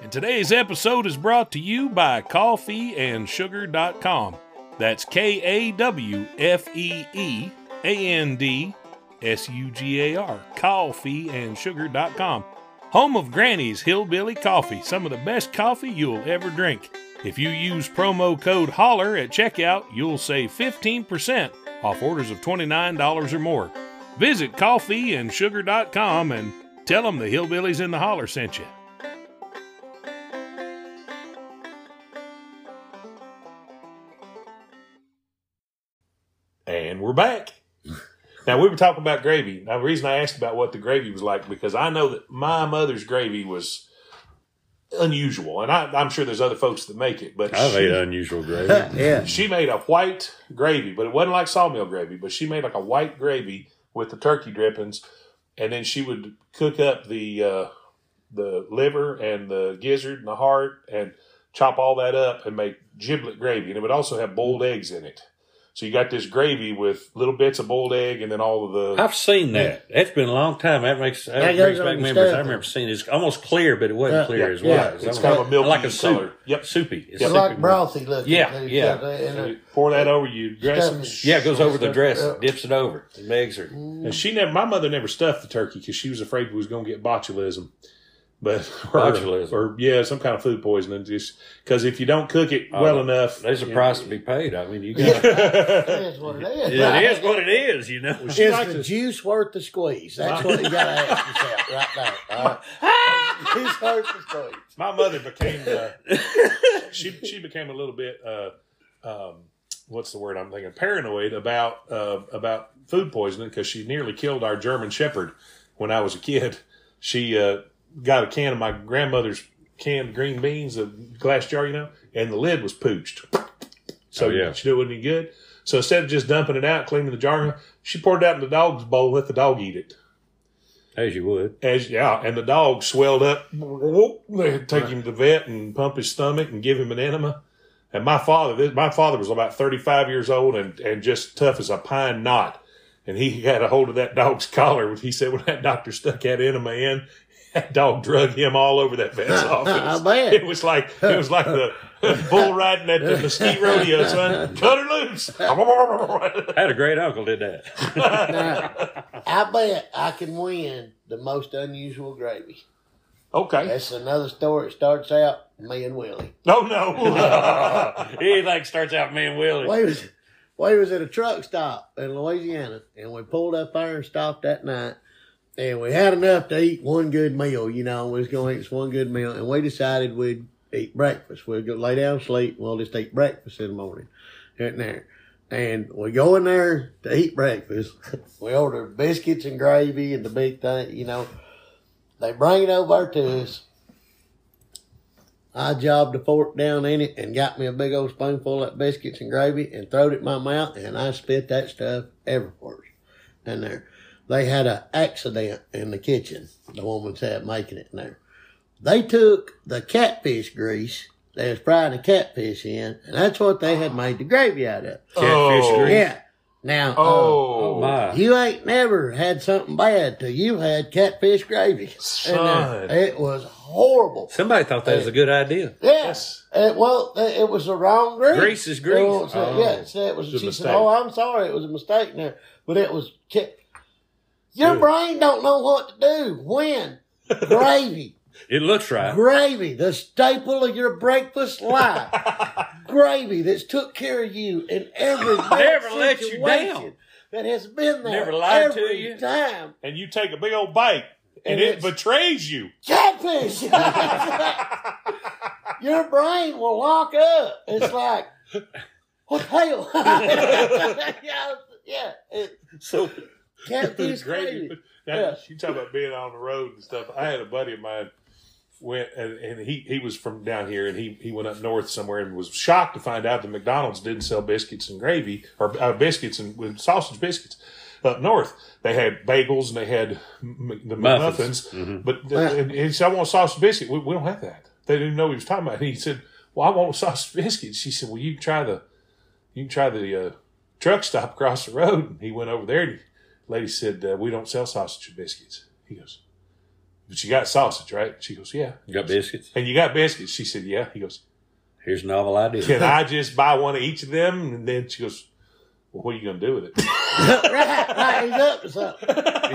[SPEAKER 1] And today's episode is brought to you by coffeeandsugar.com. That's K A W F E E A N D S U G A R. Coffeeandsugar.com. Home of Granny's Hillbilly Coffee, some of the best coffee you'll ever drink. If you use promo code HOLLER at checkout, you'll save 15% off orders of $29 or more. Visit coffeeandsugar.com and tell them the Hillbillies in the Holler sent you. And we're back. Now we were talking about gravy. Now the reason I asked about what the gravy was like because I know that my mother's gravy was unusual, and I, I'm sure there's other folks that make it, but
[SPEAKER 2] I've
[SPEAKER 1] she-
[SPEAKER 2] ate unusual gravy.
[SPEAKER 3] Yeah.
[SPEAKER 1] she made a white gravy, but it wasn't like sawmill gravy, but she made like a white gravy with the turkey drippings. And then she would cook up the uh, the liver and the gizzard and the heart and chop all that up and make giblet gravy. And it would also have boiled eggs in it. So you got this gravy with little bits of boiled egg and then all of the.
[SPEAKER 2] I've seen that. That's been a long time. That makes that,
[SPEAKER 3] That
[SPEAKER 2] brings
[SPEAKER 3] goes on
[SPEAKER 2] back
[SPEAKER 3] the
[SPEAKER 2] memories. I
[SPEAKER 3] stuff.
[SPEAKER 2] remember seeing it. it's almost clear, but it wasn't
[SPEAKER 3] Yeah,
[SPEAKER 2] clear
[SPEAKER 1] yeah,
[SPEAKER 2] as well.
[SPEAKER 3] yeah.
[SPEAKER 2] It's,
[SPEAKER 1] It's
[SPEAKER 2] almost
[SPEAKER 1] kind of a milky
[SPEAKER 2] like a soup.
[SPEAKER 1] color. Yep.
[SPEAKER 2] Soupy. It's
[SPEAKER 1] Yeah.
[SPEAKER 3] It's
[SPEAKER 2] soupy
[SPEAKER 3] like
[SPEAKER 2] more.
[SPEAKER 3] brothy looking.
[SPEAKER 2] Yeah,
[SPEAKER 3] too,
[SPEAKER 2] yeah.
[SPEAKER 3] so they- and uh,
[SPEAKER 1] And
[SPEAKER 3] it-
[SPEAKER 1] you pour that over you dress them.
[SPEAKER 3] Stuff
[SPEAKER 2] Yeah, it goes over the
[SPEAKER 3] Yeah.
[SPEAKER 2] dressing, dips it over. The eggs are
[SPEAKER 1] And she never, my mother never stuffed the turkey because she was afraid we was going to get botulism, but or,
[SPEAKER 2] Botulism.
[SPEAKER 1] or yeah, some kind of food poisoning. Just because if you don't cook it well
[SPEAKER 2] Oh,
[SPEAKER 1] enough,
[SPEAKER 2] There's a
[SPEAKER 1] you
[SPEAKER 2] price
[SPEAKER 1] know.
[SPEAKER 2] to be paid. I mean, you got
[SPEAKER 3] It is what it is.
[SPEAKER 2] it is what it is, you know.
[SPEAKER 1] She
[SPEAKER 3] Is
[SPEAKER 1] liked
[SPEAKER 3] the
[SPEAKER 1] to-
[SPEAKER 3] juice worth the squeeze? That's what you gotta ask yourself right there. All right. Juice worth the squeeze.
[SPEAKER 1] my mother became uh, she she became a little bit uh, um, what's the word I'm thinking? Paranoid about uh, about food poisoning because she nearly killed our German Shepherd when I was a kid. She uh, got a can of my grandmother's canned green beans, a glass jar, you know, and the lid was pooched. So
[SPEAKER 2] Oh, yeah.
[SPEAKER 1] she knew it wasn't any good. So instead of just dumping it out, cleaning the jar, she poured it out in the dog's bowl and let the dog eat it.
[SPEAKER 2] As you would.
[SPEAKER 1] As yeah, and the dog swelled up. They had to take him to the vet and pump his stomach and give him an enema. And my father, this- my father was about thirty-five years old and and just tough as a pine knot. And he had a hold of that dog's collar. He said when that doctor stuck that enema in, that dog drug him all over that vet's office.
[SPEAKER 3] I bet.
[SPEAKER 1] It was like it was like the bull riding at the mesquite rodeo, son. Cut her loose.
[SPEAKER 2] I had a great uncle did that.
[SPEAKER 3] I bet I can win the most unusual gravy.
[SPEAKER 1] okay.
[SPEAKER 3] That's another story. It starts out me and Willie.
[SPEAKER 1] No, no.
[SPEAKER 2] Anything starts out me and Willie.
[SPEAKER 3] We was we was at a truck stop in Louisiana, and we pulled up there and stopped that night. And we had enough to eat one good meal, you know. We was going to eat this one good meal, and we decided we'd eat breakfast. We'd go lay down, sleep. We'll just eat breakfast in the morning, right there. And we go in there to eat breakfast. we order biscuits and gravy and the big thing, you know. They bring it over to us. I jobbed a fork down in it and got me a big old spoonful of that biscuits and gravy and throwed it in my mouth and I spit that stuff everywhere in there. They had an accident in the kitchen. The woman said making it in there. They took the catfish grease they was frying the catfish in, and that's what they had made the gravy out of.
[SPEAKER 2] Catfish
[SPEAKER 1] Oh.
[SPEAKER 2] grease.
[SPEAKER 3] Yeah. Now, uh,
[SPEAKER 2] Oh,
[SPEAKER 1] Oh,
[SPEAKER 2] my.
[SPEAKER 3] you ain't never had something bad till you had catfish gravy. And, uh,
[SPEAKER 1] Son.
[SPEAKER 3] it was horrible.
[SPEAKER 2] Somebody thought that was a good idea.
[SPEAKER 3] Yes. It, Uh, well, it, it was the wrong grease.
[SPEAKER 2] Grease is grease.
[SPEAKER 3] Oh, so,
[SPEAKER 2] Oh.
[SPEAKER 3] Yeah, so it was.
[SPEAKER 1] a
[SPEAKER 3] She said,
[SPEAKER 1] mistake.
[SPEAKER 3] "Oh, I'm sorry, it was a mistake there, but it was." ki- Your brain don't know what to do when gravy,
[SPEAKER 2] It looks right.
[SPEAKER 3] gravy, the staple of your breakfast life, gravy that's took care of you in every bad
[SPEAKER 2] Never let you
[SPEAKER 3] situation
[SPEAKER 2] down.
[SPEAKER 3] that has been there
[SPEAKER 2] Never lied to
[SPEAKER 3] every
[SPEAKER 2] you.
[SPEAKER 3] time.
[SPEAKER 1] and you take a big old bite and,
[SPEAKER 3] And
[SPEAKER 1] it
[SPEAKER 3] it's-
[SPEAKER 1] betrays you.
[SPEAKER 3] catfish. Your brain will lock up. It's like, what the hell? yeah, yeah. It,
[SPEAKER 2] So
[SPEAKER 3] catfish gravy.
[SPEAKER 1] Now,
[SPEAKER 3] Yeah.
[SPEAKER 1] You talk about being on the road and stuff. I had a buddy of mine went and, and he, he was from down here and he, he went up north somewhere and was shocked to find out that McDonald's didn't sell biscuits and gravy or uh, biscuits and with sausage biscuits. Up north, they had bagels and they had m- the
[SPEAKER 2] Muffins.
[SPEAKER 1] muffins, but the- and he said, "I want a sausage biscuit." We, we don't have that. They didn't know what he was talking about. And he said, "Well, I want a sausage biscuit." She said, "Well, you can try the you can try the uh, truck stop across the road. And he went over there and the lady said, uh, We don't sell sausage and biscuits. He goes, But you got sausage, right? She goes, Yeah.
[SPEAKER 2] you got biscuits.
[SPEAKER 1] And you got biscuits? She said, Yeah. He goes,
[SPEAKER 2] Here's a novel idea.
[SPEAKER 1] Can I just buy one of each of them? And then she goes, Well, what are you going to do with it?
[SPEAKER 3] right, right. He's up to something.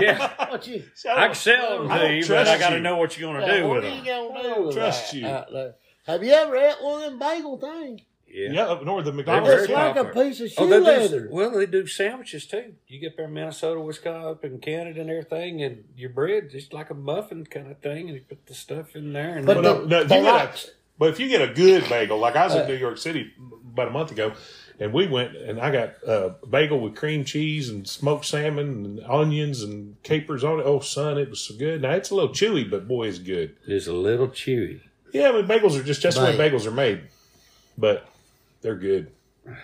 [SPEAKER 2] yeah.
[SPEAKER 3] What you?
[SPEAKER 1] So I
[SPEAKER 2] I
[SPEAKER 1] don't-
[SPEAKER 2] can sell them
[SPEAKER 1] I
[SPEAKER 2] to
[SPEAKER 1] don't
[SPEAKER 2] you, but
[SPEAKER 1] trust
[SPEAKER 2] I got to
[SPEAKER 1] you.
[SPEAKER 2] know what you're going to
[SPEAKER 3] yeah,
[SPEAKER 2] do
[SPEAKER 3] what
[SPEAKER 2] with
[SPEAKER 3] are you
[SPEAKER 2] them.
[SPEAKER 3] gonna
[SPEAKER 1] I
[SPEAKER 3] do
[SPEAKER 1] don't
[SPEAKER 3] with
[SPEAKER 1] trust
[SPEAKER 3] that
[SPEAKER 1] you.
[SPEAKER 3] out there? Have you ever ate one of them bagel things?
[SPEAKER 2] Yeah.
[SPEAKER 1] Yeah, up north, the
[SPEAKER 2] very
[SPEAKER 1] McDonald's.
[SPEAKER 3] It's like a
[SPEAKER 2] popular.
[SPEAKER 3] piece of shoe
[SPEAKER 2] Oh, they do,
[SPEAKER 3] leather.
[SPEAKER 2] well, they do sandwiches too. You get there in Minnesota, Wisconsin, up in Canada, and everything, and your bread just like a muffin kind of thing, and you put the stuff in there. And
[SPEAKER 3] But
[SPEAKER 2] then-
[SPEAKER 1] Well, no,
[SPEAKER 3] They-
[SPEAKER 1] no, if
[SPEAKER 3] they
[SPEAKER 1] you get a-
[SPEAKER 3] like-
[SPEAKER 1] but if you get a good bagel, like I was in
[SPEAKER 3] Uh,
[SPEAKER 1] New York City about a month ago, and we went and I got a bagel with cream cheese and smoked salmon and onions and capers on it. Oh, son, it was so good. Now it's a little chewy, but boy, it's good.
[SPEAKER 2] it's a little chewy.
[SPEAKER 1] Yeah, I mean, bagels are just that's the way
[SPEAKER 3] Right.
[SPEAKER 1] bagels are made, but they're good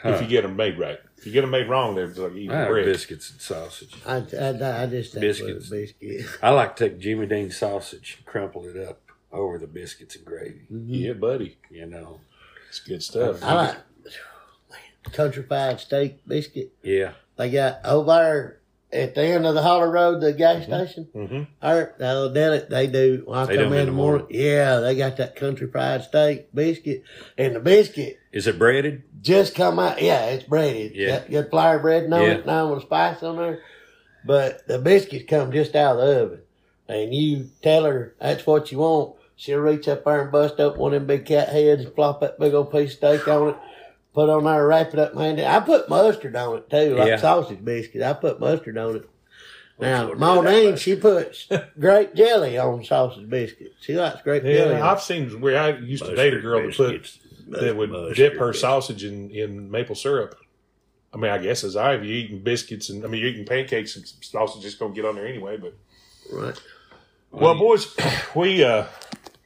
[SPEAKER 1] if you get them made right. If you get them made wrong, they're like eating
[SPEAKER 3] Ah,
[SPEAKER 2] I like
[SPEAKER 1] bread.
[SPEAKER 2] biscuits and sausage.
[SPEAKER 3] I, I, I just
[SPEAKER 2] Biscuits.
[SPEAKER 3] Biscuit.
[SPEAKER 2] I like to take Jimmy Dean sausage, and crumple it up over the biscuits and gravy.
[SPEAKER 1] Mm-hmm. Yeah, buddy,
[SPEAKER 2] You know,
[SPEAKER 1] it's good stuff.
[SPEAKER 3] I like country fried steak biscuit.
[SPEAKER 2] yeah,
[SPEAKER 3] They got over there at the end of the Hollow Road, the gas station.
[SPEAKER 1] hmm
[SPEAKER 3] Or they'll do it. They do. When I
[SPEAKER 2] They do
[SPEAKER 3] come
[SPEAKER 2] 'em
[SPEAKER 3] in the morning, yeah, they got that country fried steak biscuit, and the biscuit
[SPEAKER 2] is it breaded?
[SPEAKER 3] just come out. Yeah, it's breaded.
[SPEAKER 2] Yeah.
[SPEAKER 3] got, got flour bread on
[SPEAKER 2] Yeah.
[SPEAKER 3] it, now with spice on there. But the biscuits come just out of the oven, and you tell her that's what you want. She'll reach up there and bust up one of them big cat heads and plop that big old piece of steak on it, put on there, wrap it up, man. I put mustard on it too, like
[SPEAKER 2] Yeah.
[SPEAKER 3] sausage biscuit. I put mustard on it. Now,
[SPEAKER 2] Well,
[SPEAKER 3] Maudine, she puts grape jelly on sausage biscuit. She likes grape
[SPEAKER 1] Yeah,
[SPEAKER 3] jelly. on it.
[SPEAKER 1] I've seen where I used to date a girl that put that would
[SPEAKER 2] mush
[SPEAKER 1] dip
[SPEAKER 2] your
[SPEAKER 1] her
[SPEAKER 2] bitch.
[SPEAKER 1] sausage in, in maple syrup. I mean, I guess as I have you eating biscuits and I mean you're eating pancakes and some sausage is gonna get on there anyway. But
[SPEAKER 3] Right.
[SPEAKER 1] well, boys, we uh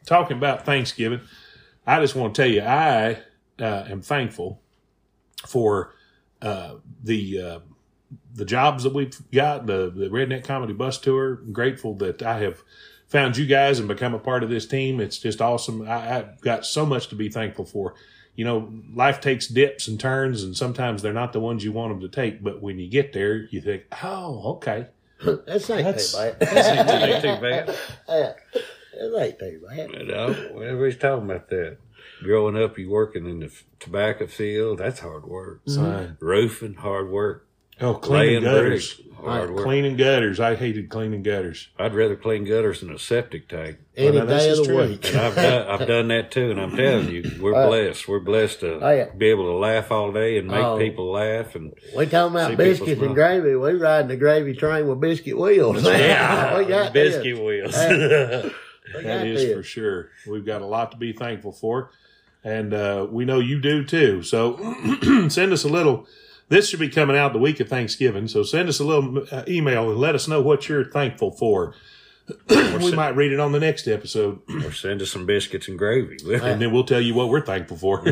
[SPEAKER 1] talking about Thanksgiving. I just want to tell you, I uh, am thankful for uh, the uh, the jobs that we've got, the, the Redneck Comedy Bus Tour. I'm grateful that I have found you guys and become a part of this team. It's just awesome. I, I've got so much to be thankful for. You know, life takes dips and turns, and sometimes they're not the ones you want them to take. But when you get there, you think, "Oh, okay,
[SPEAKER 3] That's ain't
[SPEAKER 1] That's-
[SPEAKER 3] too bad.
[SPEAKER 2] This ain't too bad.
[SPEAKER 3] Yeah. That ain't too bad.
[SPEAKER 2] You know, everybody's talking about that. Growing up, you working in the f- tobacco field. That's hard work.
[SPEAKER 1] Son.
[SPEAKER 2] Roofing, hard work.
[SPEAKER 1] oh,
[SPEAKER 2] Laying
[SPEAKER 1] cleaning Mm-hmm. gutters,
[SPEAKER 2] bricks, hard work.
[SPEAKER 1] cleaning Uh, gutters." I hated cleaning gutters.
[SPEAKER 2] I'd rather clean gutters than a septic tank.
[SPEAKER 3] Any
[SPEAKER 1] now this
[SPEAKER 3] day of
[SPEAKER 1] is
[SPEAKER 3] the
[SPEAKER 1] true.
[SPEAKER 3] week.
[SPEAKER 2] And I've done, I've done that too, and I'm telling you, we're blessed. We're blessed to
[SPEAKER 3] Uh, Oh, yeah.
[SPEAKER 2] be able to laugh all day and make
[SPEAKER 3] Oh.
[SPEAKER 2] people laugh. And
[SPEAKER 3] We talking
[SPEAKER 2] See
[SPEAKER 3] about
[SPEAKER 2] people's
[SPEAKER 3] biscuits
[SPEAKER 2] mouth.
[SPEAKER 3] and gravy. We riding the gravy train with biscuit wheels. we got
[SPEAKER 2] biscuit
[SPEAKER 3] this.
[SPEAKER 2] wheels.
[SPEAKER 3] We got
[SPEAKER 1] That is
[SPEAKER 3] this.
[SPEAKER 1] for sure. We've got a lot to be thankful for, and uh, we know you do too. So send us a little. This should be coming out the week of Thanksgiving. So send us a little uh, email and let us know what you're thankful for. we might read it on the next episode,
[SPEAKER 2] or send us some biscuits and gravy.
[SPEAKER 1] and then we'll tell you what we're thankful for.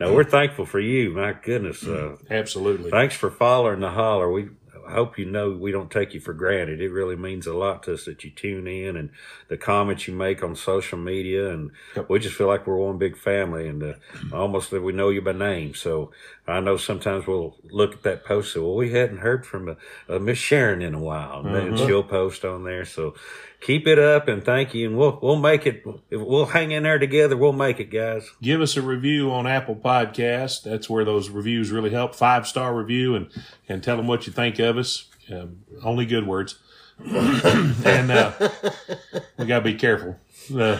[SPEAKER 2] now we're thankful for you. My goodness, uh,
[SPEAKER 1] Absolutely.
[SPEAKER 2] thanks for following the holler. We hope you know we don't take you for granted. It really means a lot to us that you tune in and the comments you make on social media, and we just feel like we're one big family, and uh, almost that we know you by name. So I know sometimes we'll look at that post and say, "Well, we hadn't heard from a, a Miss Sharon in a while," and then she'll post on there. So keep it up, and thank you, and we'll we'll make it. We'll hang in there together. We'll make it, guys.
[SPEAKER 1] give us a review on Apple Podcast. That's where those reviews really help. Five star review and and tell them what you think of us. Um, only good words. and uh, we gotta be careful. Uh,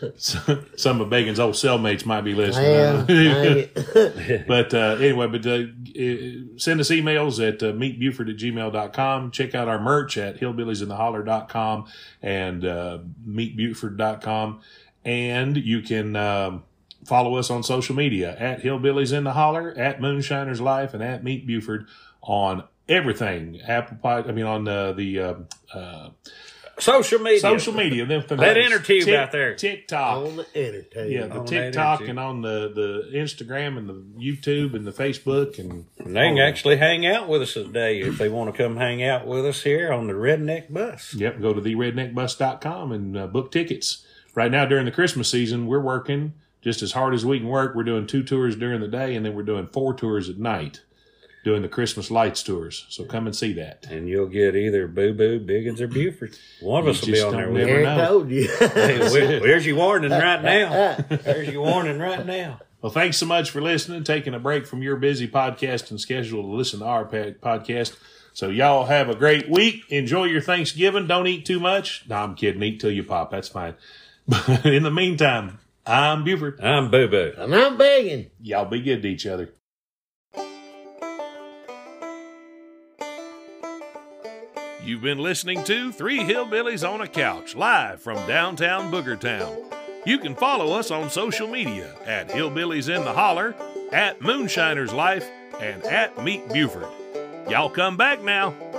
[SPEAKER 1] some some of Bacon's old cellmates might be
[SPEAKER 3] Man,
[SPEAKER 1] listening.
[SPEAKER 3] dang it.
[SPEAKER 1] but uh, anyway, but uh, uh, send us emails at uh, meetbuford at gmail.com. Check out our merch at hillbilliesintheholler.com and uh, meetbuford.com. And you can um, follow us on social media at Hillbillies in the Holler, at Moonshiners Life, and at Meet Buford on everything. Apple Pie, I mean, on uh, the uh, uh,
[SPEAKER 2] Social media.
[SPEAKER 1] social media. them things.
[SPEAKER 2] That inner tube
[SPEAKER 1] Tik-
[SPEAKER 2] out there. Oh.
[SPEAKER 1] TikTok.
[SPEAKER 3] on the entertainment.
[SPEAKER 1] Yeah, the
[SPEAKER 2] On
[SPEAKER 1] TikTok
[SPEAKER 2] that,
[SPEAKER 1] and on the, the Instagram and the YouTube and the Facebook and
[SPEAKER 2] And They
[SPEAKER 1] Oh.
[SPEAKER 2] can actually hang out with us today if they want to come hang out with us here on the Redneck Bus.
[SPEAKER 1] yep, go to theredneckbus.com and uh, book tickets. Right now during the Christmas season, we're working just as hard as we can work. We're doing two tours during the day and then we're doing four tours at night, doing the Christmas lights tours. So come and see that.
[SPEAKER 2] And you'll get either Boo Boo, Biggins, or Buford. One of us will be
[SPEAKER 1] just
[SPEAKER 2] on there
[SPEAKER 1] don't
[SPEAKER 2] with
[SPEAKER 1] never
[SPEAKER 2] you.
[SPEAKER 3] Aaron
[SPEAKER 1] know.
[SPEAKER 3] told you.
[SPEAKER 2] Hey, we- There's your warning right now. There's your warning right now.
[SPEAKER 1] Well, thanks so much for listening, taking a break from your busy podcast and schedule to listen to our pa- podcast. So y'all have a great week. Enjoy your Thanksgiving. Don't eat too much. No, I'm kidding. Eat till you pop. That's fine. But in the meantime, I'm Buford.
[SPEAKER 2] I'm Boo Boo.
[SPEAKER 3] and I'm begging.
[SPEAKER 1] Y'all be good to each other. You've been listening to Three Hillbillies on a Couch, live from downtown Boogertown. You can follow us on social media at Hillbillies in the Holler, at Moonshiners Life, and at Meet Buford. Y'all come back now.